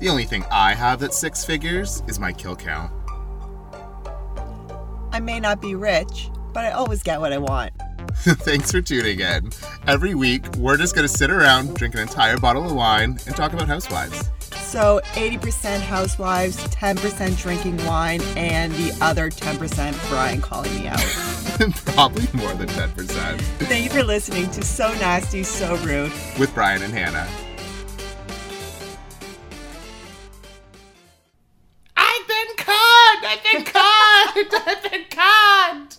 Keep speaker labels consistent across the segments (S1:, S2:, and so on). S1: The only thing I have that's six figures is my kill count.
S2: I may not be rich, but I always get what I want.
S1: Thanks for tuning in. Every week, we're just going to sit around, drink an entire bottle of wine, and talk about housewives.
S2: So 80% housewives, 10% drinking wine, and the other 10% Brian calling me out.
S1: Probably more than 10%.
S2: Thank you for listening to So Nasty, So Rude.
S1: With Brian and Hannah. I've been conned! I've been conned! I've been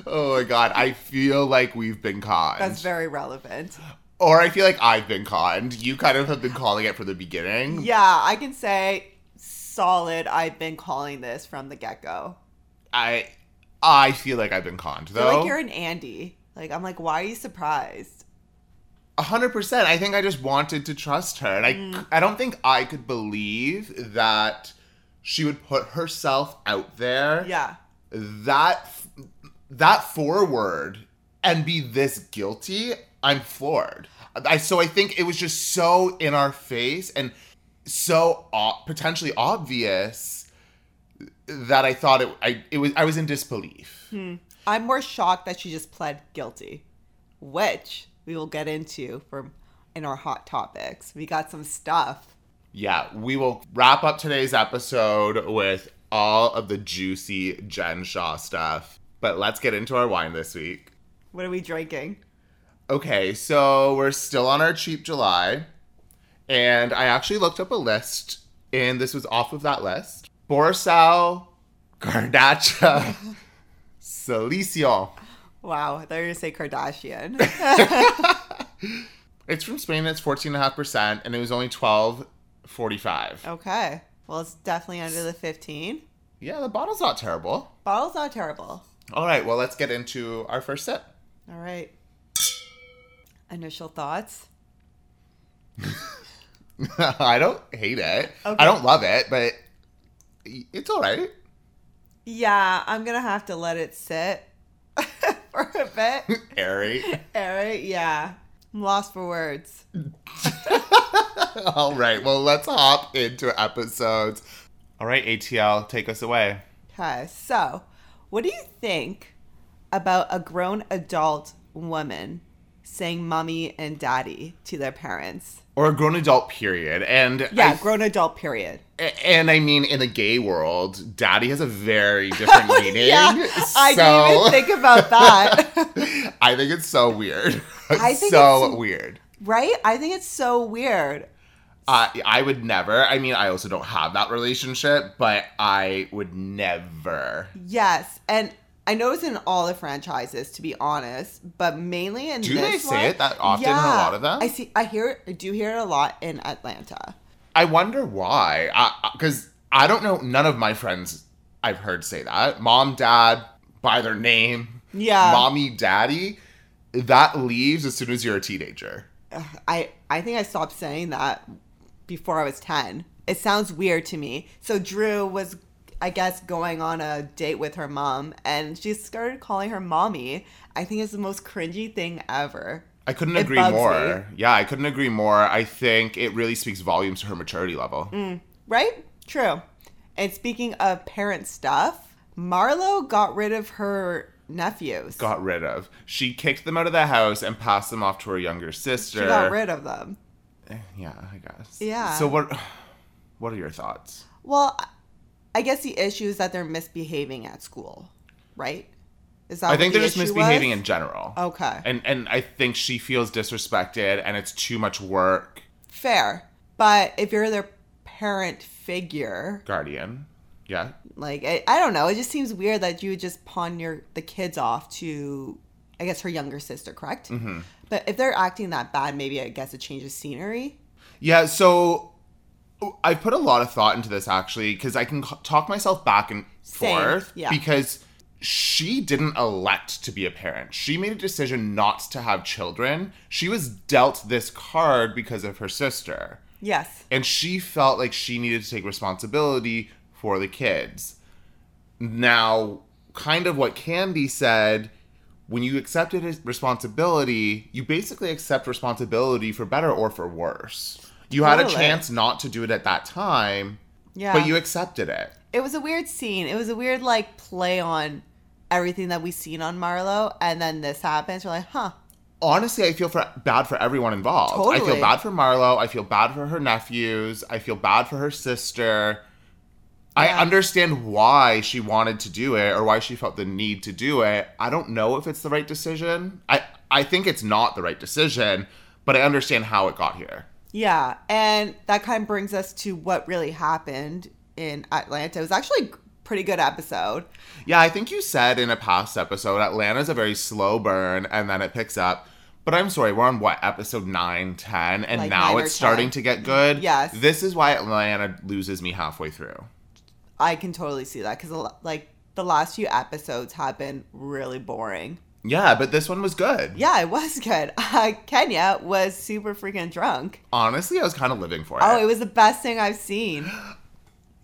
S1: conned! oh my god, I feel like we've been conned.
S2: That's very relevant.
S1: or I feel like I've been conned. You kind of have been calling it from the beginning.
S2: Yeah, I can say solid. I've been calling this from the get go.
S1: I I feel like I've been conned
S2: feel
S1: though.
S2: like you're an Andy. Like, I'm like, why are you surprised?
S1: A hundred percent. I think I just wanted to trust her, and I
S2: Mm.
S1: I don't think I could believe that she would put herself out there.
S2: Yeah.
S1: That that forward and be this guilty. I'm floored. I so I think it was just so in our face and so o- potentially obvious that I thought it. I it was I was in disbelief.
S2: I'm more shocked that she just pled guilty, which we will get into for in our hot topics. We got some stuff.
S1: Yeah, we will wrap up today's episode with all of the juicy Jen Shaw stuff. But let's get into our wine this week.
S2: What are we drinking?
S1: Okay, so we're still on our cheap July. And I actually looked up a list, and this was off of that list Borsal, Garnacha, Selection.
S2: Wow, I thought you were gonna say Kardashian.
S1: It's from Spain, it's 14.5%, and it was only
S2: Oh.
S1: 12.45.
S2: okay. Well, it's definitely under the 15.
S1: Yeah, the bottle's not terrible.
S2: Bottle's not terrible.
S1: All right, well, let's get into our first sip.
S2: All right. Initial thoughts.
S1: I don't hate it.
S2: Okay.
S1: I don't love it, but it's all right.
S2: Yeah, I'm gonna have to let it sit for a bit.
S1: Airy.
S2: All right. Yeah, I'm lost for words.
S1: all right. Well, let's hop into episodes. All right, ATL, take us away.
S2: Okay, so what do you think about a grown adult woman saying mommy and daddy to their parents?
S1: Or a grown adult period. And
S2: Yeah, grown adult period.
S1: I, and I mean in the gay world, daddy has a very different meaning.
S2: yeah, I didn't even think about that.
S1: think I think it's so weird.
S2: I think
S1: so
S2: it's-
S1: weird.
S2: right? I think it's so weird.
S1: I I would never. I mean, I also don't have that relationship, but I would never.
S2: Yes, and I know it's in all the franchises, to be honest, but mainly in
S1: Do
S2: this
S1: they say
S2: one-
S1: it that often in a lot of them?
S2: I see. I hear. I do hear it a lot in Atlanta.
S1: I wonder why. Because I, don't know. None of my friends I've heard say that. Mom, dad, by their name.
S2: Yeah.
S1: Mommy, daddy. That leaves as soon as you're a teenager.
S2: Ugh, I I think I stopped saying that before I was 10. It sounds weird to me. So Drew was I guess going on a date with her mom and she started calling her mommy. I think it's the most cringy thing ever.
S1: I couldn't
S2: It
S1: agree
S2: bugs
S1: more. Yeah, I couldn't agree more. I think it really speaks volumes to her maturity level.
S2: Mm. Right? True. And speaking of parent stuff, Marlo got rid of her nephews.
S1: Got rid of. She kicked them out of the house and passed them off to her younger sister. Eh,
S2: she got rid of them.
S1: Yeah, I guess.
S2: Yeah.
S1: So what? What are your thoughts?
S2: Well, I guess the issue is that they're misbehaving at school, right? Is that
S1: I
S2: what
S1: think
S2: the
S1: they're just
S2: issue was?
S1: misbehaving in general.
S2: Okay.
S1: and and I think she feels disrespected and it's too much work.
S2: Fair. But if you're their parent figure,
S1: Guardian, yeah,
S2: like I, I don't know, it just seems weird that you would just pawn your the kids off to I guess her younger sister, correct? Mm-hmm. But if they're acting that bad, maybe I guess a change of scenery.
S1: yeah. So I put a lot of thought into this actually because I can c- talk myself back and
S2: Same,
S1: forth
S2: yeah.
S1: because she didn't elect to be a parent. She made a decision not to have children. She was dealt this card because of her sister.
S2: Yes.
S1: and she felt like she needed to take responsibility for the kids. Now, kind of what Candy said, when you accepted his responsibility, you basically accept responsibility for better or for worse. You had a
S2: Totally.
S1: chance not to do it at that time,
S2: Yeah.
S1: but you accepted it.
S2: it was a weird scene. It was a weird like play on everything that we've seen on Marlowe, and then this happens. We're like, huh.
S1: Honestly, I feel for, bad for everyone involved. I feel
S2: Totally.
S1: bad for Marlo. I feel bad for her nephews. I feel bad for her sister. I
S2: Yeah.
S1: understand why she wanted to do it or why she felt the need to do it. I don't know if it's the right decision. I, I think it's not the right decision, but I understand how it got here.
S2: Yeah, and that kind of brings us to what really happened in Atlanta. It was actually a pretty good episode.
S1: Yeah, I think you said in a past episode Atlanta's a very slow burn and then it picks up. But I'm sorry, we're on what, episode 9, 10, and
S2: Like
S1: now
S2: 9 or
S1: it's starting
S2: 10.
S1: to get good?
S2: Yes.
S1: This is why Atlanta loses me halfway through.
S2: I can totally see that because like the last few episodes have been really boring.
S1: Yeah, but this one was good.
S2: Yeah, it was good. Uh, Kenya was super freaking drunk.
S1: Honestly, I was kind of living for it.
S2: Oh, it was the best thing I've seen.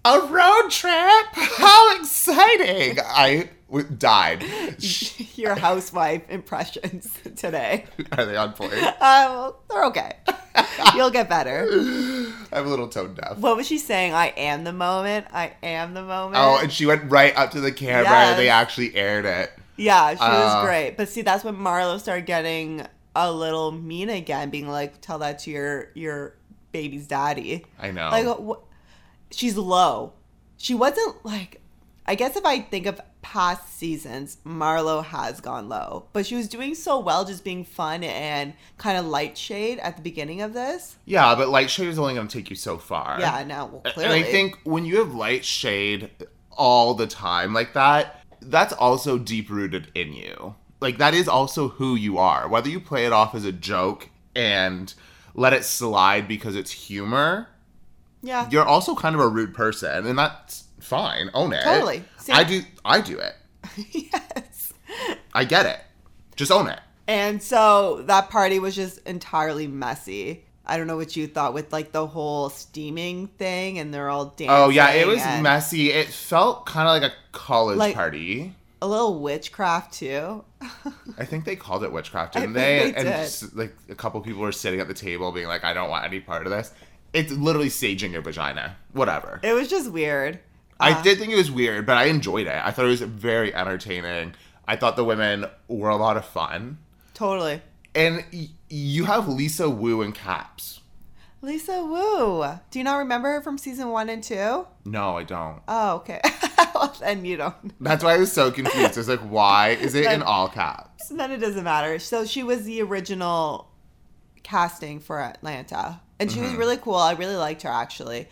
S1: a road trip? How exciting! I w- died. Sh-
S2: Your housewife impressions today.
S1: Are they on point?
S2: Uh, well, they're okay. You'll get better.
S1: I'm a little tone deaf.
S2: What was she saying? I am the moment. I am the moment.
S1: Oh, and she went right up to the camera and they
S2: Yes.
S1: actually aired it.
S2: Yeah, she
S1: Uh,
S2: was great. But see, that's when Marlo started getting a little mean again, being like, "Tell that to your your baby's daddy."
S1: I know.
S2: Like, wh- she's low. She wasn't like. I guess if I think of past seasons, Marlo has gone low, but she was doing so well, just being fun and kind of light shade at the beginning of this.
S1: Yeah, but light shade is only going to take you so far.
S2: Yeah, no, well,
S1: A-
S2: clearly.
S1: And I think when you have light shade all the time like that, that's also deep rooted in you. Like that is also who you are. Whether you play it off as a joke and let it slide because it's humor,
S2: yeah,
S1: you're also kind of a rude person, and that's fine. Own it.
S2: Totally. See-
S1: I do. I do it.
S2: yes.
S1: I get it. Just own it.
S2: And so that party was just entirely messy. I don't know what you thought with like the whole steaming thing and they're all dancing.
S1: Oh yeah, it was
S2: and
S1: messy. It felt kind of like a college
S2: Like-
S1: party.
S2: A little witchcraft too.
S1: I think they called it witchcraft,
S2: I
S1: didn't
S2: think
S1: they?
S2: they
S1: And- and
S2: did.
S1: s- like a couple people were sitting at the table being like, I don't want any part of this. It's literally saging your vagina. Whatever.
S2: It was just weird.
S1: I
S2: Uh,
S1: did think it was weird, but I enjoyed it. I thought it was very entertaining. I thought the women were a lot of fun.
S2: Totally.
S1: And y- you have Lisa Wu in caps.
S2: Lisa Wu. Do you not remember her from season one and two?
S1: No, I don't.
S2: Oh, okay. well, then you don't.
S1: That's why I was so confused. I was like, why is it in
S2: Like-
S1: all caps?
S2: Then it doesn't matter. So she was the original casting for Atlanta, and she was really cool. I really liked her actually.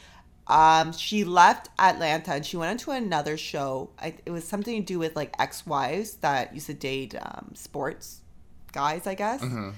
S2: Um, she left Atlanta and she went into another show. I, it was something to do with like ex-wives that used to date um, sports guys, I guess.
S1: Mm-hmm.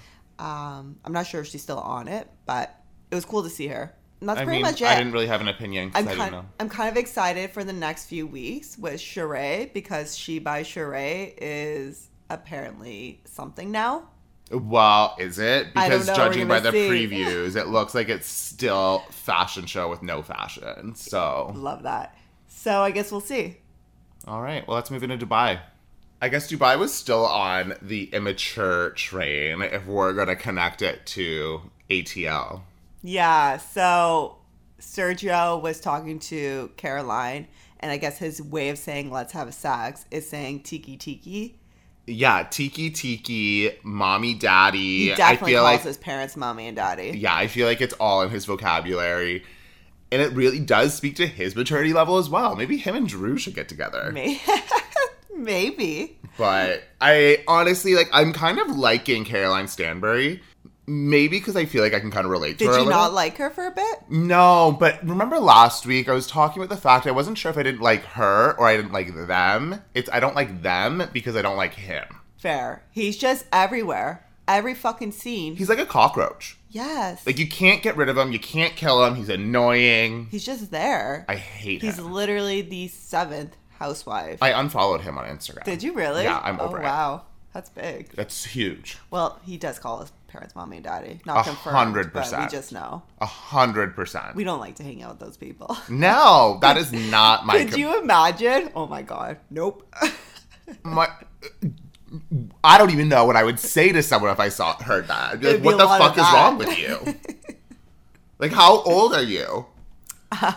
S2: Um, I'm not sure if she's still on it, but it was cool to see her. And that's
S1: I
S2: pretty
S1: mean,
S2: much it.
S1: I didn't really have an opinion because
S2: I'm
S1: I didn't
S2: kind,
S1: know.
S2: I'm kind of excited for the next few weeks with Sheree because She by Sheree is apparently something now.
S1: Well, is it?
S2: I don't
S1: Because
S2: know,
S1: judging
S2: we're
S1: by
S2: gonna
S1: the
S2: see.
S1: previews, it looks like it's still fashion show with no fashion. So,
S2: Love that. So I guess we'll see.
S1: all right. Well, let's move into Dubai. I guess Dubai was still on the immature train if we're going to connect it to ATL.
S2: Yeah. So Sergio was talking to Caroline, and I guess his way of saying let's have sex is saying tiki tiki.
S1: Yeah, tiki tiki, mommy daddy.
S2: He definitely
S1: I feel
S2: calls
S1: like
S2: his parents mommy and daddy.
S1: yeah, I feel like it's all in his vocabulary. And it really does speak to his maturity level as well. Maybe him and Drew should get together.
S2: May- Maybe.
S1: But I honestly like I'm kind of liking Caroline Stanbury. Maybe because I feel like I can kind of relate to
S2: Did
S1: her a
S2: you
S1: little.
S2: not like her for a bit?
S1: no, but remember last week I was talking about the fact I wasn't sure if I didn't like her or I didn't like them. It's I don't like them because I don't like him.
S2: Fair. He's just everywhere. Every fucking scene.
S1: He's like a cockroach.
S2: yes.
S1: Like you can't get rid of him, you can't kill him, he's annoying.
S2: He's just there.
S1: I hate
S2: He's
S1: him.
S2: literally the seventh housewife.
S1: I unfollowed him on Instagram.
S2: Did you really?
S1: Yeah, I'm over
S2: oh,
S1: it.
S2: wow. That's big.
S1: That's huge.
S2: Well, he does call his parents mommy and daddy.
S1: A
S2: Not confirmed.
S1: hundred
S2: but
S1: percent.
S2: We just know.
S1: A hundred percent.
S2: We don't like to hang out with those people.
S1: No, that is not my
S2: Could you imagine? Oh my god. Nope.
S1: my I don't even know what I would say to someone if I saw heard that. I'd be like,
S2: It'd be
S1: what
S2: a
S1: the
S2: lot of
S1: fuck is
S2: that."
S1: wrong with you? Like, how old are you?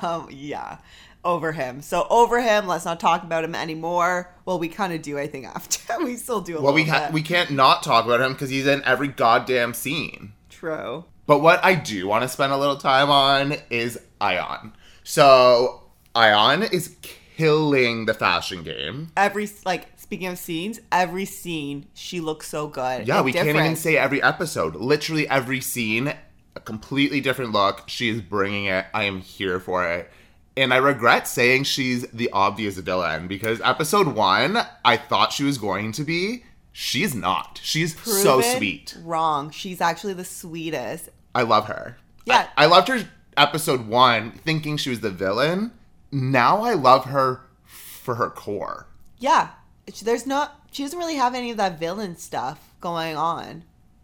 S2: Um, yeah, over him. So over him. Let's not talk about him anymore. Well, we kind of do. I think after we still do a
S1: Well,
S2: little
S1: we ha-
S2: bit.
S1: we can't not talk about him because he's in every goddamn scene.
S2: True.
S1: But what I do want to spend a little time on is Ion. So Ion is killing the fashion game.
S2: Every like speaking of scenes, every scene she looks so good.
S1: Yeah,
S2: and
S1: we can't even
S2: different.
S1: say every episode. Literally every scene, a completely different look. She is bringing it. I am here for it. And I regret saying she's the obvious villain because episode one, I thought she was going to be. She's not. She's so
S2: Proven
S1: sweet.
S2: Wrong. She's actually the sweetest.
S1: I love her.
S2: Yeah.
S1: I, I loved her episode one, thinking she was the villain. Now I love her for her core.
S2: Yeah, She- there's not. She doesn't really have any of that villain stuff going on.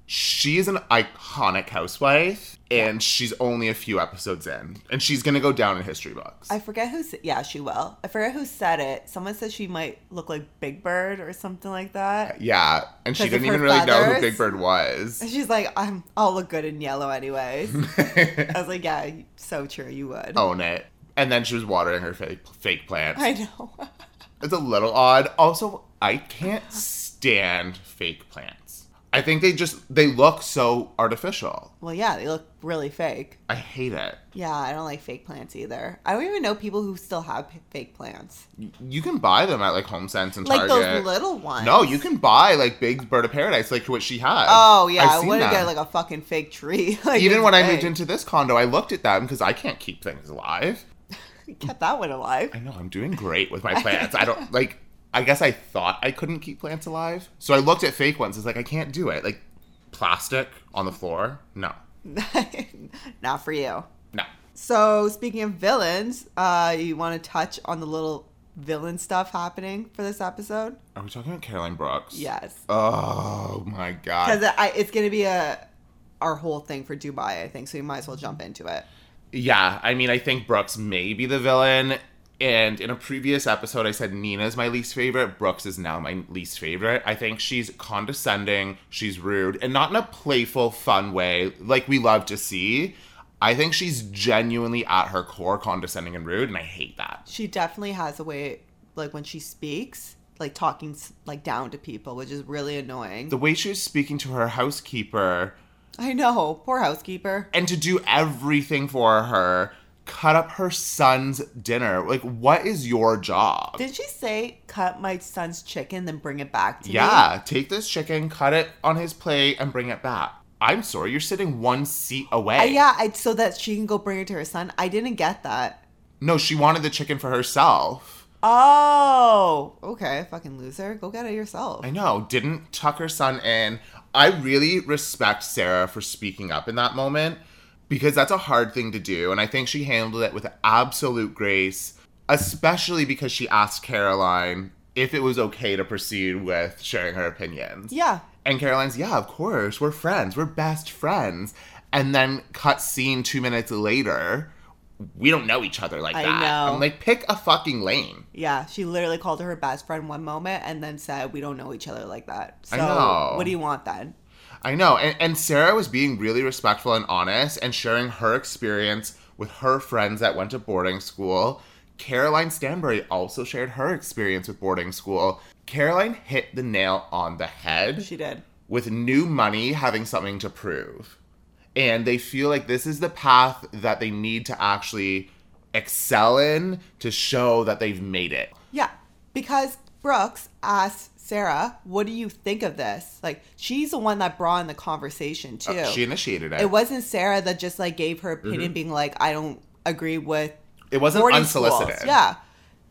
S1: She is an iconic housewife, and she's only a few episodes in, and she's gonna go down in history books.
S2: I forget who. sa- Yeah, she will. I forget who said it. Someone said she might look like Big Bird or something like that.
S1: yeah, and she
S2: 'Cause of
S1: didn't
S2: her
S1: even really know who
S2: feathers?
S1: Big Bird was.
S2: And she's like, I'm. I'll look good in yellow, anyways. I was like, yeah, so true. You would.
S1: Own it. And then she was watering her fake fake plants.
S2: I know.
S1: It's a little odd. Also, I can't stand fake plants. I think they just they look so artificial.
S2: well, yeah, they look really fake.
S1: I hate it.
S2: Yeah, I don't like fake plants either. I don't even know people who still have p- fake plants,
S1: You can buy them at like Home Sense and
S2: like
S1: Target.
S2: those little ones.
S1: no, you can buy like Big Bird of Paradise, like what she had.
S2: Oh yeah,
S1: I've
S2: I
S1: seen
S2: wouldn't
S1: them.
S2: get like a fucking fake tree. like,
S1: Even
S2: it's
S1: when I
S2: fake.
S1: moved into this condo, I looked at them because I can't keep things alive.
S2: kept that one alive.
S1: I know I'm doing great with my plants. I don't like. I guess I thought I couldn't keep plants alive, so I looked at fake ones. It's like I can't do it. Like plastic on the floor. No,
S2: Not for you.
S1: no.
S2: So speaking of villains, uh, you want to touch on the little villain stuff happening for this episode?
S1: Are we talking about Caroline Brooks?
S2: Yes,
S1: Oh my god.
S2: because I it's gonna be a our whole thing for Dubai, I think. So you might as well jump into it.
S1: Yeah, I mean, I think Brooks may be the villain. And in a previous episode, I said Nina's my least favorite. Brooks is now my least favorite. I think she's condescending, she's rude, and not in a playful, fun way like we love to see. I think she's genuinely at her core condescending and rude, and I hate that.
S2: She definitely has a way, like when she speaks, like talking s- like down to people, which is really annoying.
S1: The way she was speaking to her housekeeper
S2: I know, poor housekeeper.
S1: and to do everything for her, cut up her son's dinner. Like, what is your job?
S2: Did she say cut my son's chicken then bring it back to me?
S1: Yeah, take this chicken, cut it on his plate, and bring it back. I'm sorry, you're sitting one seat away.
S2: Uh, yeah, I, so that she can go bring it to her son. I didn't get that.
S1: No, she wanted the chicken for herself.
S2: Oh, okay, fucking loser. Go get it yourself.
S1: I know, didn't tuck her son in. I really respect Sarah for speaking up in that moment because that's a hard thing to do. And I think she handled it with absolute grace, especially because she asked Caroline if it was okay to proceed with sharing her opinions.
S2: yeah,
S1: And Caroline's, yeah, of course, we're friends, we're best friends. And then cut scene two minutes later, we don't know each other like
S2: I
S1: that.
S2: know.
S1: I'm like, pick a fucking lane.
S2: yeah. She literally called her her best friend one moment and then said, "We don't know each other like that." So,
S1: I know.
S2: what do you want then?
S1: I know. And, and Sarah was being really respectful and honest and sharing her experience with her friends that went to boarding school. Caroline Stanbury also shared her experience with boarding school. Caroline hit the nail on the head.
S2: She did.
S1: with new money having something to prove. And they feel like this is the path that they need to actually excel in to show that they've made it.
S2: Yeah, because Brooks asked Sarah, "What do you think of this?" Like she's the one that brought in the conversation too.
S1: She initiated it.
S2: it wasn't Sarah that just like gave her opinion,
S1: Mm-hmm.
S2: being like, "I don't agree with."
S1: It wasn't
S2: boarding
S1: unsolicited.
S2: schools." Yeah,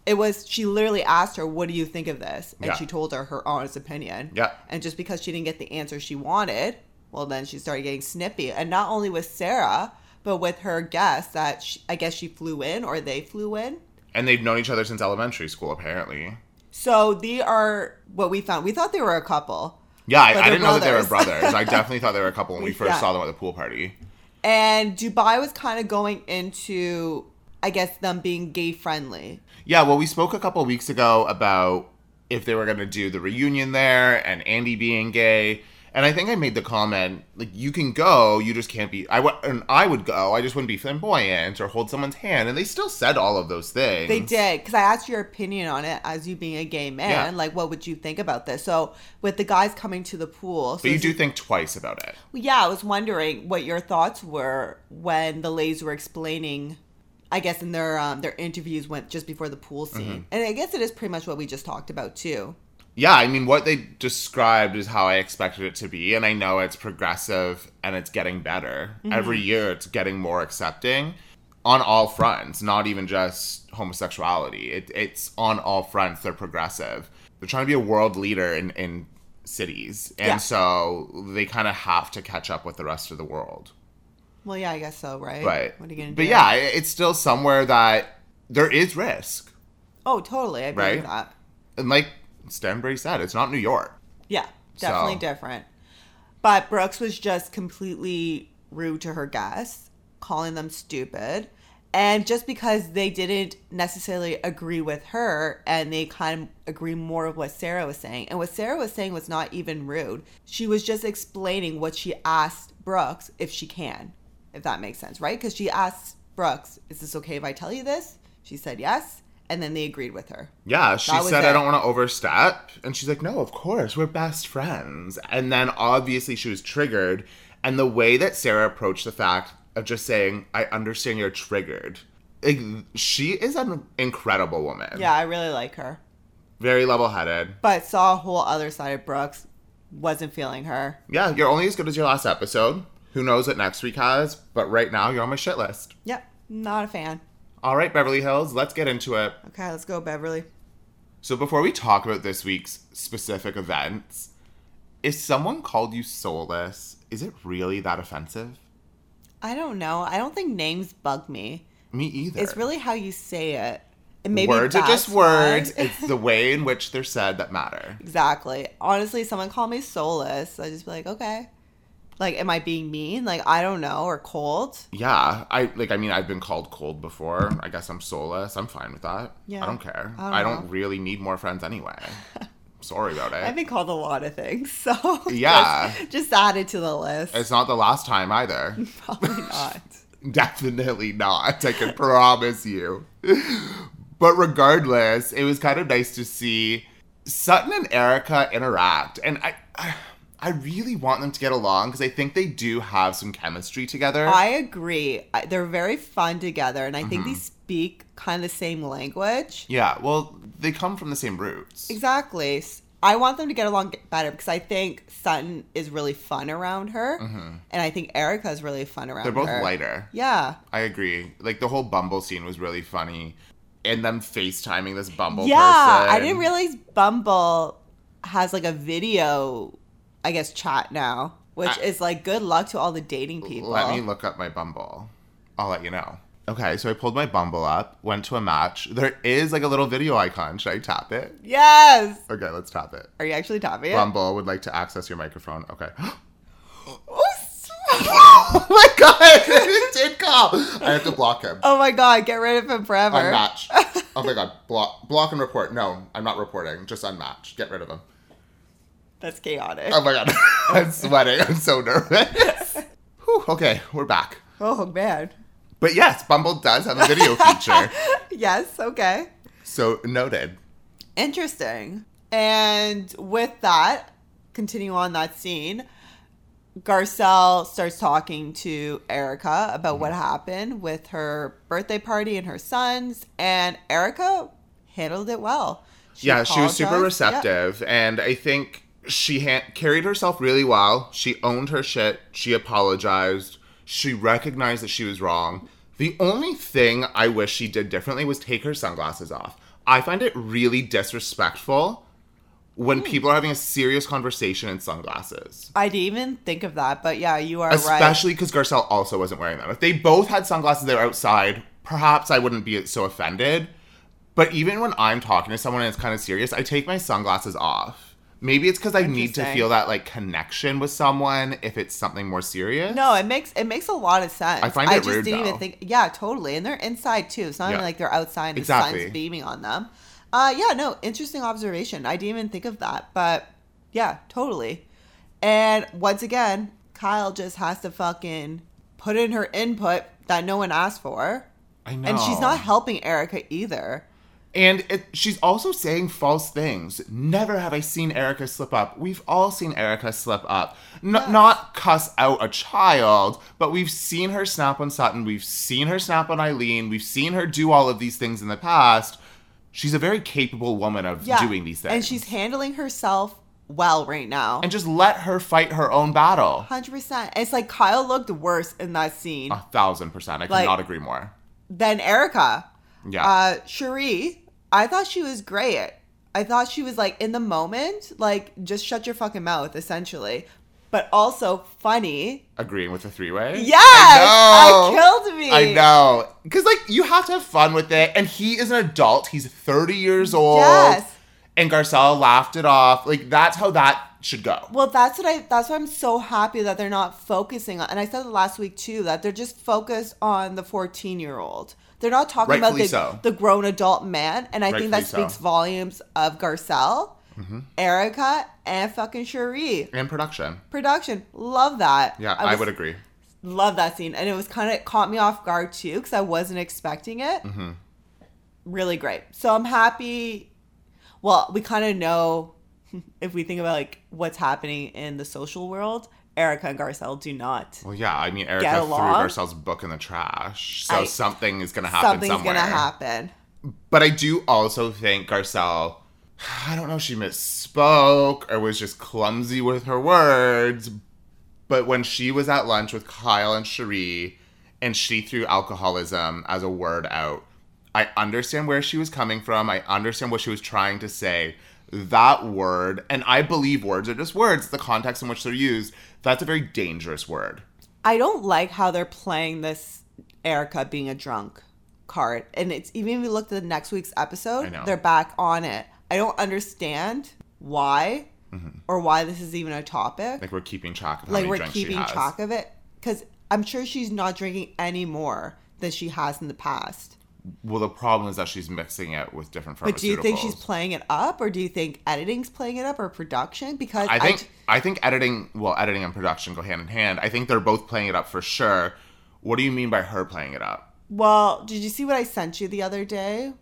S2: it was. She literally asked her, "What do you think of this?" And
S1: Yeah.
S2: she told her her honest opinion.
S1: Yeah.
S2: And just because she didn't get the answer she wanted, well, then she started getting snippy, and not only with Sarah, but with her guests that she, I guess she flew in or they flew in.
S1: And they've known each other since elementary school, apparently.
S2: So they are what we found. We thought they were a couple.
S1: Yeah, I,
S2: But
S1: I
S2: they're
S1: didn't know that they were
S2: brothers.
S1: brothers. I definitely thought they were a couple when we first
S2: Yeah.
S1: saw them at the pool party.
S2: And Dubai was kind of going into, I guess, them being gay friendly.
S1: Yeah, well, we spoke a couple weeks ago about if they were going to do the reunion there and Andy being gay. And I think I made the comment like you can go, you just can't be. I would and I would go. I just wouldn't be flamboyant or hold someone's hand. And they still said all of those things.
S2: They did because I asked your opinion on it as you being a gay man.
S1: Yeah.
S2: Like, what would you think about this? So, with the guys coming to the pool, so
S1: But you
S2: this
S1: do think twice about it.
S2: Well, Yeah, I was wondering what your thoughts were when the ladies were explaining, I guess in their um, their interviews went just before the pool scene,
S1: Mm-hmm.
S2: and I guess it is pretty much what we just talked about too.
S1: Yeah, I mean, what they described is how I expected it to be, and I know it's progressive and it's getting better.
S2: Mm-hmm.
S1: Every year, it's getting more accepting on all fronts, not even just homosexuality. It, it's on all fronts. They're progressive. They're trying to be a world leader in, in cities, and
S2: Yeah.
S1: so they kind of have to catch up with the rest of the world.
S2: Well, yeah, I guess so, right?
S1: But
S2: What are you gonna
S1: but
S2: do?
S1: yeah, i- it's still somewhere that there is risk,
S2: Oh, totally. I agree with
S1: Right?
S2: that.
S1: and like Stanbury said, it's not New York.
S2: Yeah, definitely
S1: So-
S2: different. But Brooks was just completely rude to her guests, calling them stupid. And just because they didn't necessarily agree with her and they kind of agree more with what Sarah was saying. And what Sarah was saying was not even rude. She was just explaining what she asked Brooks if she can, if that makes sense, right? Because she asked Brooks, Is this okay if I tell you this? She said yes. And then they agreed with her.
S1: Yeah, she
S2: That was
S1: said, I
S2: it.
S1: don't want to overstep. And she's like, no, of course, we're best friends. And then obviously she was triggered. And the way that Sarah approached the fact of just saying, I understand you're triggered. Like, she is an incredible woman.
S2: Yeah, I really like her.
S1: Very level headed.
S2: but saw a whole other side of Brooks. Wasn't feeling her.
S1: Yeah, you're only as good as your last episode. Who knows what next week has, but right now you're on my shit list.
S2: Yep, not a fan.
S1: All right, Beverly Hills, let's get into it.
S2: Okay, let's go, Beverly.
S1: So before we talk about this week's specific events, if someone called you soulless, is it really that offensive?
S2: I don't know. I don't think names bug me.
S1: Me either.
S2: It's really how you say it. And maybe
S1: words are just
S2: that's
S1: words.
S2: why-
S1: it's the way in which they're said that matter.
S2: exactly. Honestly, someone called me soulless. I just be like, okay. Like, am I being mean? Like, I don't know, or cold?
S1: Yeah, I like. I mean, I've been called cold before. I guess I'm soulless. I'm fine with that.
S2: Yeah.
S1: I don't care.
S2: I don't
S1: I don't
S2: know.
S1: really need more friends anyway. Sorry about it.
S2: I've been called a lot of things, so
S1: Yeah.
S2: just, just added to the list.
S1: it's not the last time either.
S2: Probably not.
S1: Definitely not. I can promise you. But regardless, it was kind of nice to see Sutton and Erica interact, and I, I, I really want them to get along because I think they do have some chemistry together.
S2: I agree. I- They're very fun together, and I think they
S1: Mm-hmm.
S2: speak kind of the same language.
S1: yeah. Well, they come from the same roots.
S2: Exactly. S- I want them to get along better because I think Sutton is really fun around her, and I think Erica is really fun around.
S1: Mm-hmm. They're both
S2: her.
S1: lighter.
S2: Yeah.
S1: I agree. Like the whole Bumble scene was really funny, and them FaceTiming this Bumble.
S2: yeah. I
S1: person.
S2: didn't realize Bumble has like a video, I guess, chat now, which
S1: I-
S2: is like good luck to all the dating people.
S1: Let me look up my Bumble. I'll let you know. Okay, so I pulled my Bumble up, went to a match. There is like a little video icon. Should I tap it?
S2: Yes.
S1: Okay, let's tap it.
S2: Are you actually tapping it?
S1: Bumble would like to access your microphone. Okay.
S2: Oops.
S1: oh my god, it did come. I have to block him.
S2: oh my god! Get rid of him forever.
S1: Unmatch. Oh my god, block, block and report. No, I'm not reporting. Just unmatch. Get rid of him.
S2: That's chaotic.
S1: Oh my god, I'm sweating. I'm so nervous. Whew, okay, we're back.
S2: Oh man.
S1: But yes, Bumble does have a video feature.
S2: yes, okay.
S1: So noted.
S2: Interesting. And with that, continue on that scene, Garcelle starts talking to Erica about
S1: Mm-hmm.
S2: what happened with her birthday party and her sons, and Erica handled it well.
S1: yeah, she was super
S2: apologized. Yeah.
S1: receptive, and I think she ha- carried herself really well. She owned her shit. She apologized. She recognized that she was wrong. The only thing I wish she did differently was take her sunglasses off. I find it really disrespectful when people are having a serious conversation in sunglasses.
S2: I didn't even think of that, but yeah, you are right.
S1: Especially because Garcelle also wasn't wearing them. If they both had sunglasses, they were outside. Perhaps I wouldn't be so offended. But even when I'm talking to someone and it's kind of serious, I take my sunglasses off. Maybe it's because I need to
S2: Interesting.
S1: feel that like connection with someone if it's something more serious.
S2: No, it makes it makes a lot of sense.
S1: I find it
S2: just
S1: rude,
S2: didn't
S1: though.
S2: even think. Yeah, totally. And they're inside too. It's not even
S1: Yeah.
S2: like they're outside and the
S1: Exactly.
S2: sun's beaming on them. Uh, yeah, no, interesting observation. I didn't even think of that, but yeah, totally. And once again, Kyle just has to fucking put in her input that no one asked for.
S1: I know.
S2: And she's not helping Erica either.
S1: And it, she's also saying false things. Never have I seen Erica slip up. We've all seen Erica slip up. N-
S2: Yes.
S1: Not cuss out a child, but we've seen her snap on Sutton. We've seen her snap on Eileen. We've seen her do all of these things in the past. She's a very capable woman of
S2: Yeah.
S1: doing these things.
S2: And she's handling herself well right now.
S1: And just let her fight her own battle.
S2: 100%. It's like Kyle looked worse in that scene
S1: A thousand percent. I
S2: Like-
S1: cannot agree more.
S2: than Erica.
S1: Yeah.
S2: Uh, Cherie, I thought she was great. I thought she was like in the moment, like just shut your fucking mouth, essentially, but also funny.
S1: Agreeing with the three way?
S2: Yes,
S1: I know.
S2: I killed me.
S1: I know. Because, like, you have to have fun with it. And he is an adult. He's 30 years old.
S2: Yes.
S1: And Garcelle laughed it off. Like, that's how that should go.
S2: Well, that's what I. That's why I'm so happy that they're not focusing on. And I said it last week too that they're just focused on the 14 year old. They're not talking about
S1: Rightfully
S2: the,
S1: so.
S2: the grown adult man. And I think that
S1: Rightfully so. Mm-hmm.
S2: speaks volumes of Garcelle, Erica, and fucking Cherie.
S1: In production.
S2: Production, love that.
S1: Yeah, I,
S2: was-
S1: would agree.
S2: love that scene, and it was kind of caught me off guard too because I wasn't expecting it.
S1: Mm-hmm.
S2: Really great. So I'm happy. Well, we kind of know if we think about like what's happening in the social world. Erica and Garcelle do not.
S1: Well, yeah. I mean, Erica
S2: Get
S1: threw
S2: along.
S1: Garcelle's book in the trash. So
S2: I-
S1: something is going to happen
S2: Something's
S1: somewhere.
S2: gonna happen.
S1: But I do also think Garcelle, I don't know if she misspoke or was just clumsy with her words, but when she was at lunch with Kyle and Cherie and she threw alcoholism as a word out, I understand where she was coming from. I understand what she was trying to say. That word, and I believe words are just words, it's the context in which they're used. That's a very dangerous word.
S2: I don't like how they're playing this Erica being a drunk card, and it's even if you look at the next week's
S1: I
S2: episode,
S1: know.
S2: they're back on it. I don't understand why
S1: Mm-hmm.
S2: or why this is even a topic.
S1: Like we're keeping track of how
S2: like
S1: many
S2: we're
S1: drinks she
S2: keeping
S1: has.
S2: track of it because i'm sure she's not drinking any more than she has in the past
S1: Well, the problem is that she's mixing it with different
S2: but do you think she's
S1: pharmaceuticals.
S2: playing it up or do you think editing's playing it up or production because
S1: I
S2: j-
S1: think I, think editing well editing and production go hand in hand. I think they're both playing it up for sure. What do you mean by her playing it up?
S2: well did you see what i sent you the other day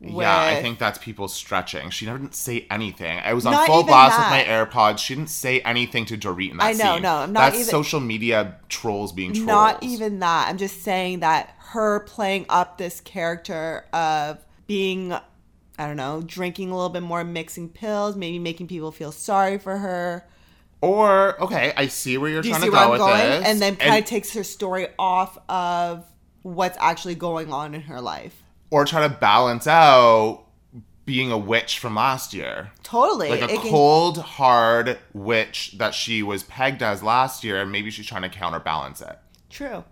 S1: Yeah, I
S2: With-
S1: think that's people stretching. She never didn't say anything. I was on
S2: Not
S1: full
S2: even
S1: blast
S2: that.
S1: with my AirPods. She didn't say anything to Dorit in that
S2: I know,
S1: scene.
S2: no, I'm not
S1: that's
S2: even-
S1: social media trolls being trolls.
S2: not even that i'm just saying that her playing up this character of being i don't know drinking a little bit more mixing pills maybe making people feel sorry for her
S1: Or okay, I see where you're
S2: Do you
S1: trying to
S2: see where
S1: go
S2: I'm
S1: with
S2: going?
S1: this,
S2: And then kind of takes her story off of what's actually going on in her life.
S1: or try to balance out being a witch from last year.
S2: Totally.
S1: like a
S2: It can-
S1: cold, hard witch that she was pegged as last year, and maybe she's trying to counterbalance it.
S2: True.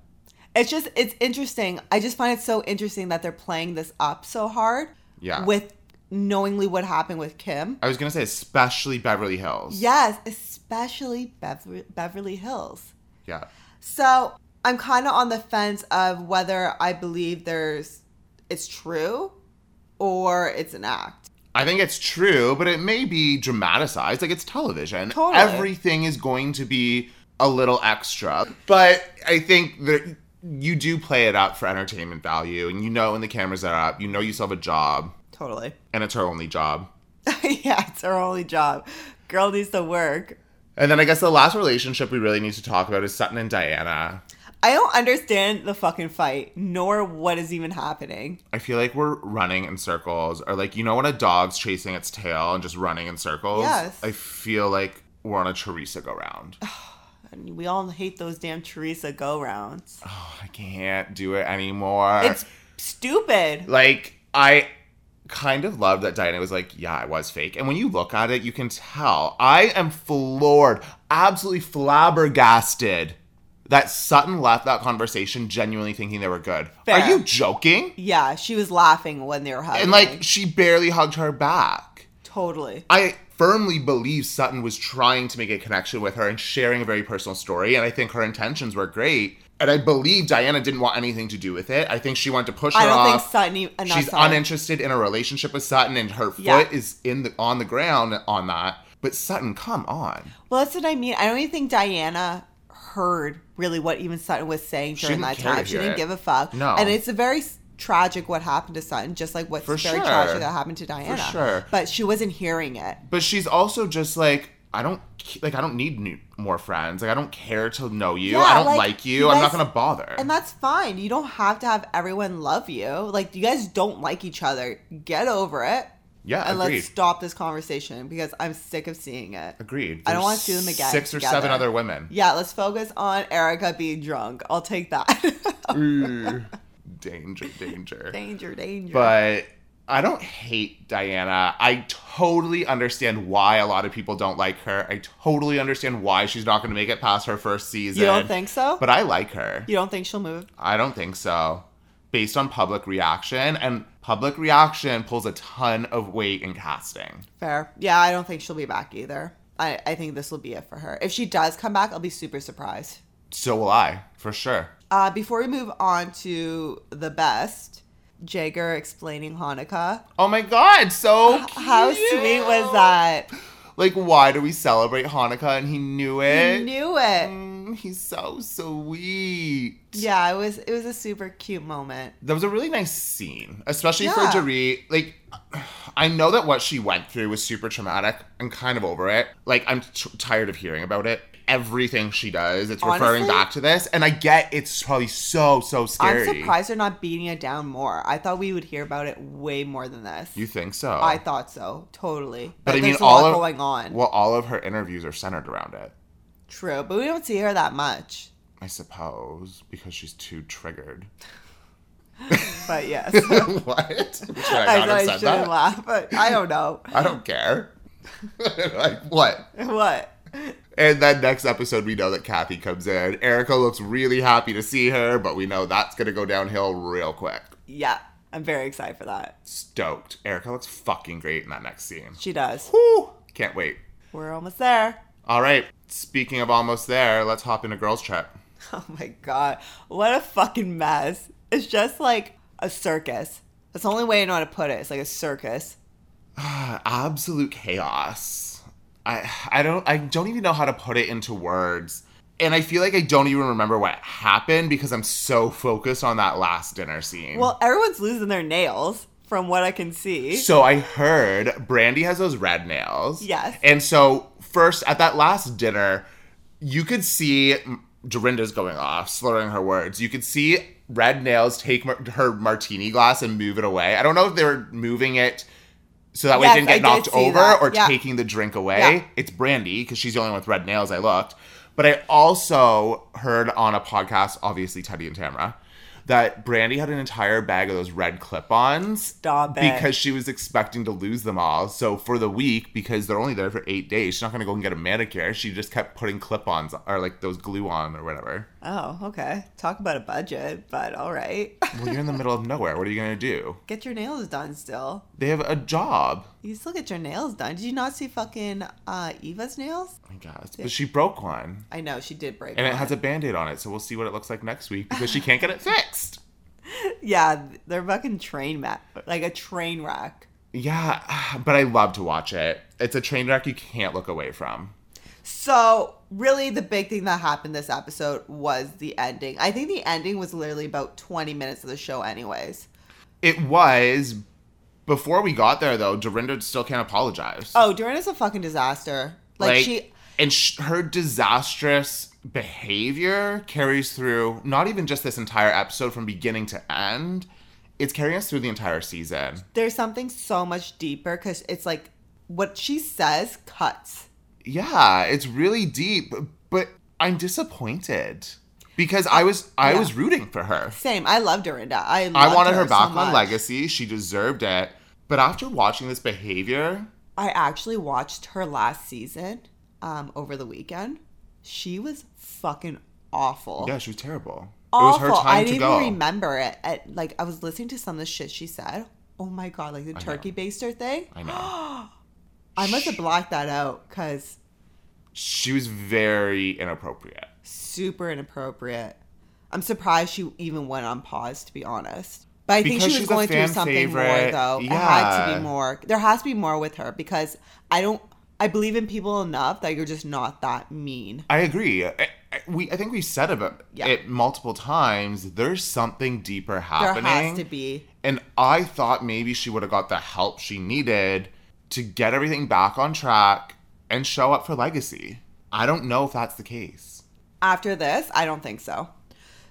S2: It's just, it's interesting. I just find it so interesting that they're playing this up so hard.
S1: Yeah.
S2: With knowingly what happened with Kim.
S1: I was gonna say, especially Beverly Hills.
S2: Yes, especially Beverly, Beverly Hills.
S1: Yeah.
S2: So I'm kind of on the fence of whether I believe there's, it's true or it's an act.
S1: I think it's true, but it may be dramatized. Like it's television.
S2: Totally.
S1: Everything is going to be a little extra. But I think that you do play it up for entertainment value, and you know when the cameras are up, you know you still have a job,
S2: Totally.
S1: and it's her only job.
S2: yeah, it's her only job. Girl needs to work.
S1: And then I guess the last relationship we really need to talk about is Sutton and Diana.
S2: I don't understand the fucking fight, nor what is even happening.
S1: I feel like we're running in circles, or like you know when a dog's chasing its tail and just running in circles.
S2: Yes.
S1: I feel like we're on a Teresa go round.
S2: And We all hate those damn Teresa go rounds.
S1: Oh, I can't do it anymore.
S2: It's stupid.
S1: like I kind of love that Diana was like, "Yeah, I was fake." And when you look at it, you can tell. I am floored, absolutely flabbergasted that Sutton left that conversation genuinely thinking they were good.
S2: Fair.
S1: Are you joking?
S2: Yeah, she was laughing when they were hugging.
S1: And like she barely hugged her back.
S2: totally.
S1: I firmly believe Sutton was trying to make a connection with her and sharing a very personal story, and I think her intentions were great. And I believe Diana didn't want anything to do with it. I think she wanted to push her
S2: I don't think
S1: off.
S2: Sutton. Even, uh, not
S1: She's
S2: Sutton.
S1: uninterested in a relationship with Sutton, and her
S2: Yeah.
S1: foot is in the on the ground on that. But Sutton, come on.
S2: Well, that's what I mean. I don't even think Diana heard really what even Sutton was saying
S1: She
S2: during
S1: didn't
S2: that
S1: care to
S2: time. She
S1: hear
S2: didn't
S1: it.
S2: give a fuck.
S1: No.
S2: And it's a very s- tragic what happened to Sutton, just like what's
S1: For
S2: very
S1: sure.
S2: tragic that happened to Diana.
S1: sure.
S2: But she wasn't hearing it.
S1: But she's also just like I don't c- like I don't need new, more friends. Like I don't care to know you.
S2: Yeah,
S1: I don't
S2: like,
S1: like,
S2: you
S1: you. I'm not
S2: guys-
S1: gonna bother.
S2: And that's fine. You don't have to have everyone love you. Like, you guys don't like each other. Get over it.
S1: yeah,
S2: And
S1: agreed.
S2: let's stop this conversation because I'm sick of seeing it.
S1: agreed.
S2: I don't
S1: There's
S2: wanna see them again
S1: Six or
S2: together.
S1: seven other women.
S2: Yeah, let's focus on Erica being drunk. I'll take that.
S1: Ooh. danger, danger.
S2: danger, danger.
S1: But I don't hate Diana. I totally understand why a lot of people don't like her. I totally understand why she's not going to make it past her first season.
S2: you don't think so?
S1: But I like her.
S2: you don't think she'll move?
S1: I don't think so. Based on public reaction, and public reaction pulls a ton of weight in casting.
S2: Fair. Yeah, I don't think she'll be back either. I, I think this will be it for her. If she does come back, I'll be super surprised.
S1: So will I, for sure.
S2: Uh, before we move on to the best, Jager explaining Hanukkah.
S1: Oh my god, so
S2: How
S1: cute.
S2: sweet was that?
S1: Like, why do we celebrate Hanukkah? And he knew it.
S2: He knew it.
S1: Mm, he's so sweet.
S2: Yeah, it was it was a super cute moment.
S1: that was a really nice scene, especially
S2: Yeah.
S1: for Jaree. Like, I know that what she went through was super traumatic. I'm kind of over it. Like, I'm t- tired of hearing about it. Everything she does, it's referring
S2: Honestly-
S1: back to this, and I get it's probably so so scary.
S2: I'm surprised they're not beating it down more. I thought we would hear about it way more than this.
S1: You think so?
S2: I thought so, totally.
S1: but I mean,
S2: there's a
S1: all
S2: lot
S1: of
S2: going on.
S1: Well, all of her interviews are centered around it,
S2: True, but we don't see her that much.
S1: I suppose, because she's too triggered.
S2: But yes,
S1: what? Should I
S2: I,
S1: not
S2: know I
S1: have said
S2: shouldn't
S1: that?
S2: laugh, but I don't know
S1: I don't care. like what?
S2: what.
S1: And then next episode, we know that Kathy comes in. Erica looks really happy to see her, but we know that's going to go downhill real quick.
S2: Yeah, I'm very excited for that.
S1: Stoked. Erica looks fucking great in that next scene.
S2: She does.
S1: Whew, can't wait.
S2: We're almost there.
S1: All right. Speaking of almost there, let's hop into Girls Trip.
S2: Oh my god, what a fucking mess! It's just like a circus. That's the only way I know how to put it. It's like a circus.
S1: Absolute chaos. I I don't I don't even know how to put it into words. And I feel like I don't even remember what happened because I'm so focused on that last dinner scene.
S2: Well, everyone's losing their nails from what I can see.
S1: So I heard Brandy has those red nails.
S2: Yes.
S1: And so first at that last dinner, you could see Dorinda's going off, slurring her words. You could see red nails take mar- her martini glass and move it away. I don't know if they were moving it so that way
S2: Yes,
S1: it didn't get
S2: I did
S1: knocked
S2: see
S1: over
S2: that.
S1: or
S2: Yeah.
S1: taking the drink away.
S2: Yeah.
S1: It's Brandy because she's the only one with red nails. I looked, but I also heard on a podcast, obviously Teddy and Tamara, that Brandy had an entire bag of those red clip-ons
S2: Stop it.
S1: because she was expecting to lose them all. So for the week, because they're only there for eight days, she's not gonna go and get a manicure. She just kept putting clip-ons or like those glue on or whatever.
S2: oh, okay. Talk about a budget, but all right.
S1: Well, you're in the middle of nowhere. What are you gonna do?
S2: get your nails done still.
S1: They have a job,
S2: You still get your nails done. Did you not see fucking uh, Eva's nails?
S1: I guess. Oh But she broke one,
S2: I know she did break.
S1: and it
S2: one.
S1: has a band-aid on it. So we'll see what it looks like next week because she can't get it fixed.
S2: yeah, they're fucking train mat like a train wreck.
S1: Yeah, but I love to watch it. It's a train wreck you can't look away from.
S2: So, really, the big thing that happened this episode was the ending. I think the ending was literally about 20 minutes of the show, anyways.
S1: It was before we got there though. Dorinda still can't apologize.
S2: Oh, Dorinda's a fucking disaster. Like, she.
S1: and sh- her disastrous behavior carries through not even just this entire episode from beginning to end it's carrying us through the entire season
S2: There's something so much deeper because it's like what she says cuts.
S1: yeah it's really deep but i'm disappointed because i was i
S2: Yeah.
S1: was rooting for her
S2: Same. I love Dorinda. I
S1: i wanted her
S2: so
S1: back on
S2: much.
S1: legacy she deserved it but after watching this behavior
S2: I actually watched her last season um, over the weekend. She was fucking awful.
S1: yeah she was terrible
S2: awful.
S1: it was her time
S2: I
S1: to
S2: didn't
S1: go
S2: even remember it. At, like I was listening to some of the shit she said. Oh my god, like the turkey baster thing.
S1: i know
S2: I must have blocked that out because
S1: she was very inappropriate
S2: super inappropriate. I'm surprised she even went on pause, to be honest. But I think
S1: Because
S2: she was
S1: she's a
S2: going through
S1: fan
S2: something more,
S1: favorite.
S2: though. It had to
S1: Yeah.
S2: be more. There has to be more with her because I don't. I believe in people enough that you're just not that mean.
S1: I agree. I, I, we I think we said about
S2: Yeah.
S1: it multiple times. There's something deeper
S2: There
S1: happening.
S2: has to be.
S1: And I thought maybe she would have got the help she needed to get everything back on track and show up for legacy. I don't know if that's the case.
S2: After this, I don't think so.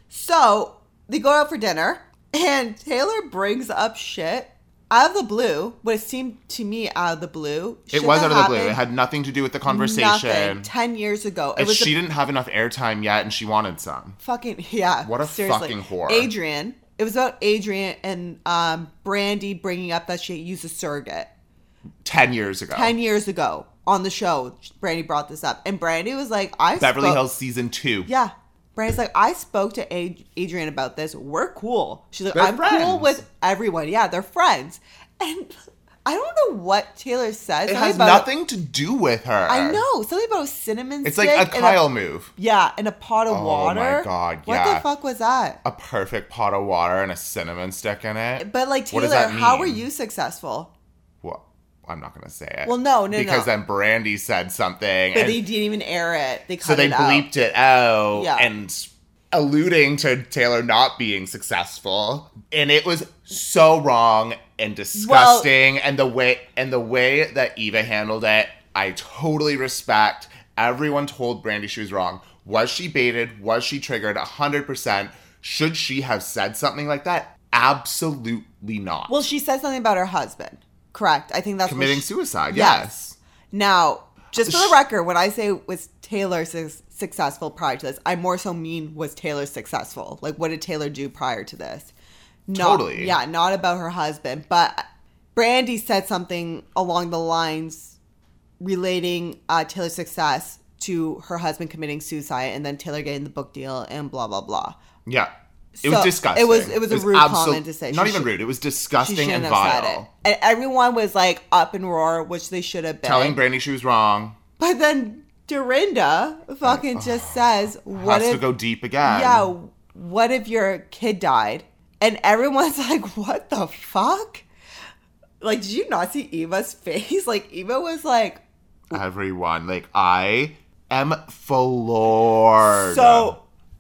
S2: So they go out for dinner, and Taylor brings up shit out of the blue. What it seemed to me out of the blue.
S1: It
S2: shit
S1: was out
S2: that
S1: of the blue. It
S2: happened
S1: had nothing to do with the
S2: Nothing.
S1: conversation.
S2: Ten years ago, it
S1: And
S2: was
S1: she
S2: a
S1: didn't have enough airtime yet and she wanted some.
S2: fucking yeah.
S1: What a
S2: seriously.
S1: fucking whore.
S2: Adrian. It was about Adrian and um, Brandy bringing up that she used a surrogate.
S1: 10 years ago.
S2: 10 years ago on the show, Brandy brought this up. And Brandy was like, I
S1: Beverly
S2: spoke-
S1: Hills season 2.
S2: Yeah. Brandy's like, I spoke to Ad- Adrian about this. We're cool. She's like,
S1: They're
S2: I'm cool
S1: friends."
S2: with everyone. Yeah, they're friends. And I don't know what Taylor says.
S1: It
S2: Something
S1: has
S2: about-
S1: nothing to do with her.
S2: I know. Something about a cinnamon
S1: It's like
S2: stick
S1: a
S2: and
S1: Kyle move.
S2: yeah, and a pot of
S1: my
S2: water.
S1: God,
S2: What
S1: yeah.
S2: the fuck was that?
S1: A perfect pot of water and a cinnamon stick in it.
S2: But like,
S1: What does
S2: Taylor,
S1: that
S2: how were
S1: mean?
S2: you successful?
S1: Well, I'm not going to say it.
S2: Well, no, no, no.
S1: Because then Brandy said something.
S2: But
S1: and-
S2: they didn't even air it. They cut
S1: so they
S2: it out.
S1: bleeped it out
S2: Yeah.
S1: and alluding to Taylor not being successful and it was so wrong and disgusting and the way and the way that Eva handled it I totally respect everyone told Brandy she was wrong was she baited was she triggered 100% should she have said something like that absolutely not
S2: Well, she said something about her husband. Correct. I think that's what
S1: committing
S2: she-
S1: suicide yes.
S2: Now, just for the
S1: Sh-
S2: record, when I say was Taylor su- successful prior to this, I more so mean was Taylor successful? Like, what did Taylor do prior to this? Not,
S1: Totally.
S2: Yeah, not about her husband, but Brandy said something along the lines relating uh, Taylor's success to her husband committing suicide and then Taylor getting the book deal and blah blah blah.
S1: yeah it
S2: So,
S1: was disgusting
S2: it was- it was a rude
S1: absol-
S2: comment to say.
S1: not
S2: She
S1: even
S2: should-
S1: rude it was disgusting and
S2: shouldn't
S1: vile
S2: have said it. And everyone was like up in roar, which they should have been.
S1: telling Brandy she was wrong.
S2: But then Dorinda fucking just says, "What
S1: has
S2: if
S1: to go deep again.
S2: yeah,
S1: Um,
S2: what if your kid died?" And everyone's like, "What the fuck?" Like, did you not see Eva's face? Like, Eva was like,
S1: Everyone, like I am floored.
S2: "So."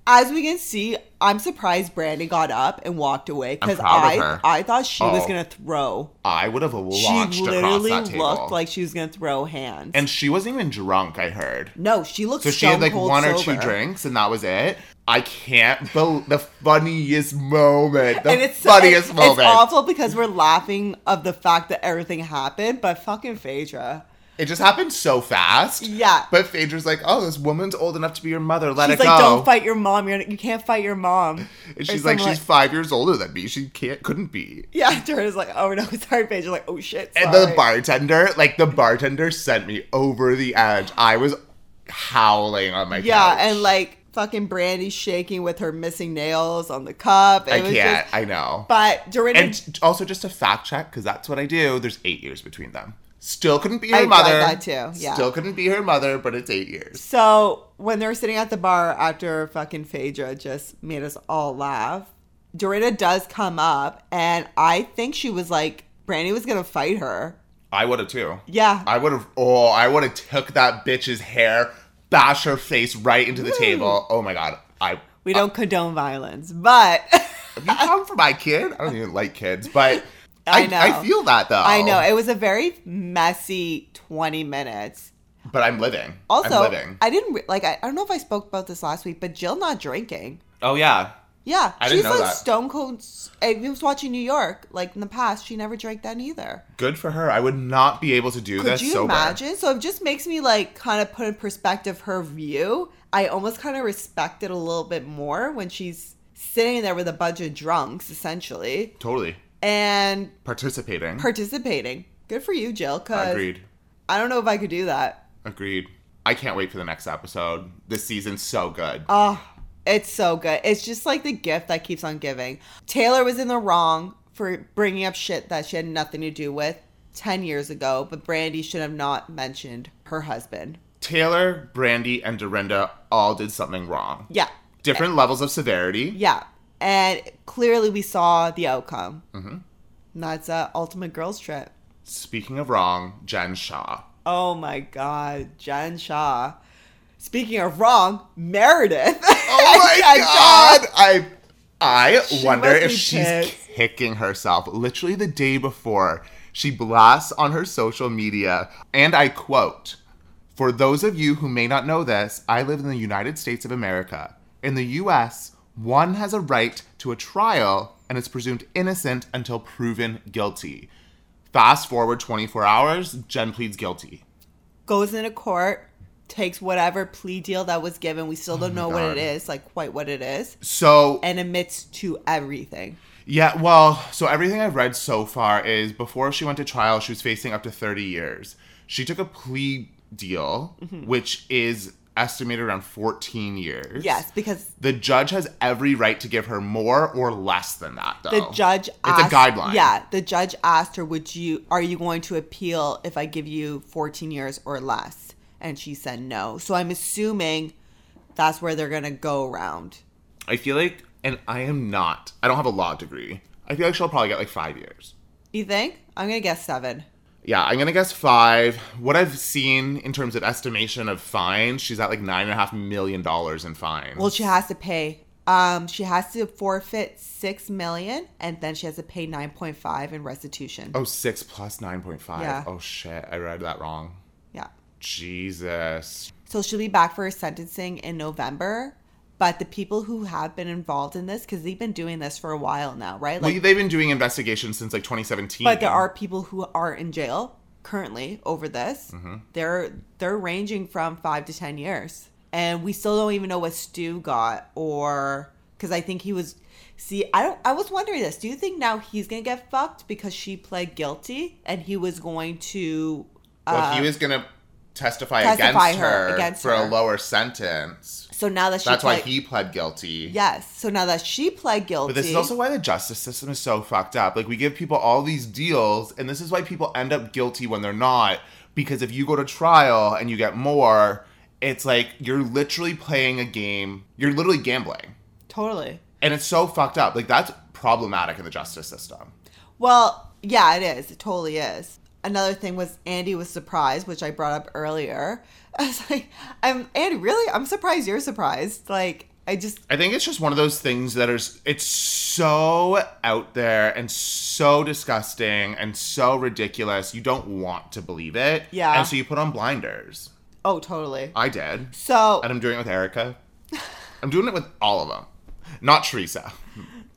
S2: As we can see, I'm surprised Brandy got up and walked away because
S1: proud of
S2: I
S1: her.
S2: I thought she was
S1: Oh.
S2: gonna throw.
S1: I would have launched
S2: She
S1: across
S2: literally
S1: that table.
S2: looked like she was gonna throw hands.
S1: and she wasn't even drunk. I heard.
S2: no, she looked
S1: So she had like
S2: stone cold
S1: one or two
S2: sober.
S1: drinks, and that was it. I can't believe the funniest moment. The
S2: and it's
S1: funniest
S2: it's,
S1: moment.
S2: It's awful because we're laughing of the fact that everything happened, but fucking Phaedra.
S1: It just happened so fast.
S2: Yeah.
S1: But Phaedra's like, "Oh, this woman's old enough to be your mother. Let
S2: she's
S1: it
S2: like,
S1: go."
S2: don't fight your mom. You're, you can't fight your mom.
S1: and
S2: Or
S1: she's like,
S2: something
S1: "She's five years older than me. She can't, couldn't be."
S2: yeah, Jordan's like, oh no, sorry, Phaedra. Like, oh shit.
S1: And the
S2: sorry."
S1: bartender, like the bartender sent me over the edge. I was howling on my
S2: Yeah,
S1: couch.
S2: and like fucking Brandy shaking with her missing nails on the cup. It
S1: I
S2: was
S1: can't.
S2: Just,
S1: I know.
S2: but Dorinda,
S1: and t- also just a fact check because that's what I do. There's eight years between them. Still couldn't be her
S2: I got
S1: mother.
S2: that too, yeah.
S1: Still couldn't be her mother, but it's eight years.
S2: So when they were sitting at the bar after fucking Phaedra just made us all laugh, Dorita does come up, and I think she was like, Brandy was gonna fight her.
S1: I would have too.
S2: Yeah.
S1: I would have. Oh, I would have took that bitch's hair, bash her face right into the table. Oh my god. I.
S2: we don't condone violence, but
S1: Have you come for my kid? I don't even like kids, but
S2: I
S1: I,
S2: know.
S1: I feel that though.
S2: I know it was a very messy 20 minutes.
S1: But I'm living.
S2: Also,
S1: I'm living.
S2: I didn't re- like, I, I don't know if I spoke about this last week, but Jill not drinking.
S1: Oh yeah.
S2: Yeah,
S1: I didn't
S2: she's
S1: know
S2: like
S1: that.
S2: Stone Cold. s- I was watching New York, like in the past, she never drank then either.
S1: Good for her. I would not be able to do
S2: Could
S1: this
S2: you
S1: sober.
S2: imagine? So it just makes me like kind of put in perspective her view. I almost kind of respect it a little bit more when she's sitting there with a bunch of drunks, essentially,
S1: Totally.
S2: and
S1: Participating.
S2: participating. Good for you, Jill. Cause
S1: Agreed.
S2: I don't know if I could do that.
S1: Agreed. I can't wait for the next episode. This season's so good.
S2: Oh, it's so good. It's just like the gift that keeps on giving. Taylor was in the wrong for bringing up shit that she had nothing to do with 10 years ago, but Brandy should have not mentioned her husband.
S1: Taylor, Brandy, and Dorinda all did something wrong.
S2: Yeah.
S1: Different levels of severity.
S2: Yeah. And clearly we saw the outcome. Mm-hmm. That's uh, Ultimate Girls Trip.
S1: Speaking of wrong, Jen Shaw.
S2: Oh my God, Jen Shaw. Speaking of wrong, Meredith.
S1: Oh my god! I I
S2: She
S1: wonder
S2: must
S1: if
S2: be
S1: she's
S2: pissed.
S1: kicking herself. Literally the day before, she blasts on her social media, and I quote, For those of you who may not know this, I live in the United States of America. In the US, one has a right to a trial and is presumed innocent until proven guilty. Fast forward 24 hours, Jen pleads guilty.
S2: Goes into court, takes whatever plea deal that was given. We still don't know what
S1: Oh God.
S2: it is, like quite what it is,
S1: So
S2: and admits to everything.
S1: Yeah, well, so everything I've read so far is before she went to trial, she was facing up to 30 years. She took a plea deal,
S2: Mm-hmm.
S1: which is estimated around 14 years.
S2: Yes, because
S1: The judge has every right to give her more or less than that, though.
S2: the judge asked,
S1: Oh. It's a guideline.
S2: Yeah, the judge asked her, "Would you are you going to appeal if I give you 14 years or less?" And she said no. So I'm assuming that's where they're going to go around.
S1: I feel like, and I am not, I don't have a law degree. I feel like she'll probably get like five years.
S2: You think? I'm going to guess 7.
S1: Yeah, I'm gonna guess five. What I've seen in terms of estimation of fines, she's at like nine and a half million dollars in fines.
S2: Well, she has to pay. Um, she has to forfeit 6 million and then she has to pay 9.5 in restitution.
S1: Oh, six plus 9.5.
S2: Yeah.
S1: Oh, shit. I read that wrong.
S2: Yeah.
S1: Jesus.
S2: So she'll be back for her sentencing in November. But the people who have been involved in this, because they've been doing this for a while now, right?
S1: well, they've been doing investigations since like 2017.
S2: But there are people who are in jail currently over this.
S1: Mm-hmm.
S2: They're they're ranging from five to ten years, and we still don't even know what Stu got, or because I think he was. See, I don't. I was wondering this. Do you think now he's gonna get fucked because she pled guilty and he was going to? Uh,
S1: Well, he was going to testify,
S2: testify
S1: against
S2: her-
S1: her,
S2: against
S1: for
S2: her.
S1: a lower sentence.
S2: so now that she
S1: That's why
S2: pled,
S1: he pled guilty.
S2: Yes. So now that she pled guilty.
S1: But this is also why the justice system is so fucked up. Like, we give people all these deals, and this is why people end up guilty when they're not. Because if you go to trial and you get more, it's like you're literally playing a game, you're literally gambling.
S2: totally.
S1: And it's so fucked up. Like that's problematic in the justice system.
S2: Well, yeah, it is. It totally is. Another thing was Andy was surprised, which I brought up earlier. I was like, I'm Andy, really? I'm surprised you're surprised. Like, I just
S1: I think it's just one of those things that is it's so out there and so disgusting and so ridiculous. You don't want to believe it.
S2: Yeah.
S1: And so you put on blinders.
S2: oh totally.
S1: I did.
S2: So
S1: And I'm doing it with Erica. I'm doing it with all of them. Not Teresa,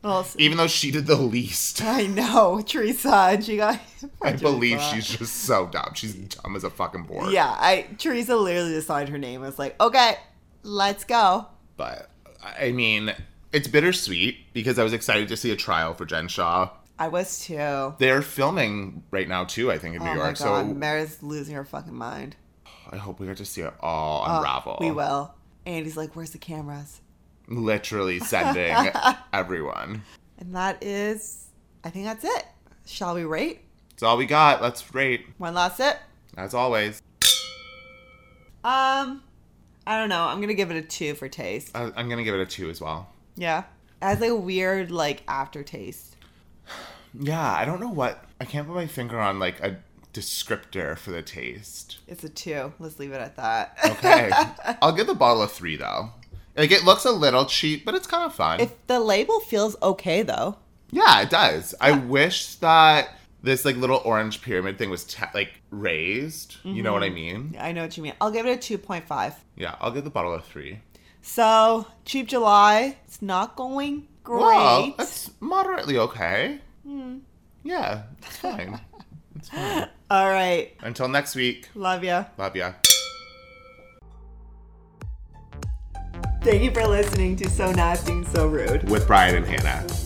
S2: well, s-
S1: even though she did the least.
S2: I know, Teresa and she got
S1: I believe
S2: Teresa.
S1: she's just so dumb. She's dumb as a fucking board.
S2: Yeah, I Teresa literally just signed her name. I was like, Okay, let's go.
S1: But I mean, it's bittersweet because I was excited to see a trial for Jen Shaw.
S2: I was too. Oh
S1: They're filming right now too, I think, in New
S2: my
S1: York.
S2: god,
S1: So
S2: Mary's losing her fucking mind.
S1: I hope we get to see it all
S2: Oh,
S1: unravel.
S2: we will. Andy's like, Where's the cameras?
S1: Literally sending everyone.
S2: And that is, I think that's it. Shall we rate?
S1: It's all we got. Let's rate.
S2: One last sip.
S1: As always,
S2: Um, I don't know. I'm gonna give it a two for taste.
S1: I- I'm gonna give it a two as well.
S2: Yeah, as a weird like aftertaste.
S1: Yeah, I don't know what. I can't put my finger on like a descriptor for the taste.
S2: It's a two. Let's leave it at that.
S1: Okay, I'll give the bottle a three though. Like it looks a little cheap, but it's kind of fun.
S2: if the label feels okay though,
S1: Yeah, it does. I wish that this like little orange pyramid thing was te- like raised. You know what
S2: Mm-hmm.
S1: I mean?
S2: I know what you mean. I'll give it a two point five.
S1: Yeah, I'll give the bottle a three.
S2: So cheap July. It's not going great.
S1: Wow, that's moderately okay. Yeah, it's fine. it's fine.
S2: All right.
S1: Until next week,
S2: Love ya.
S1: love ya.
S2: Thank you for listening to So Nasty and So Rude.
S1: With Brian and Hannah.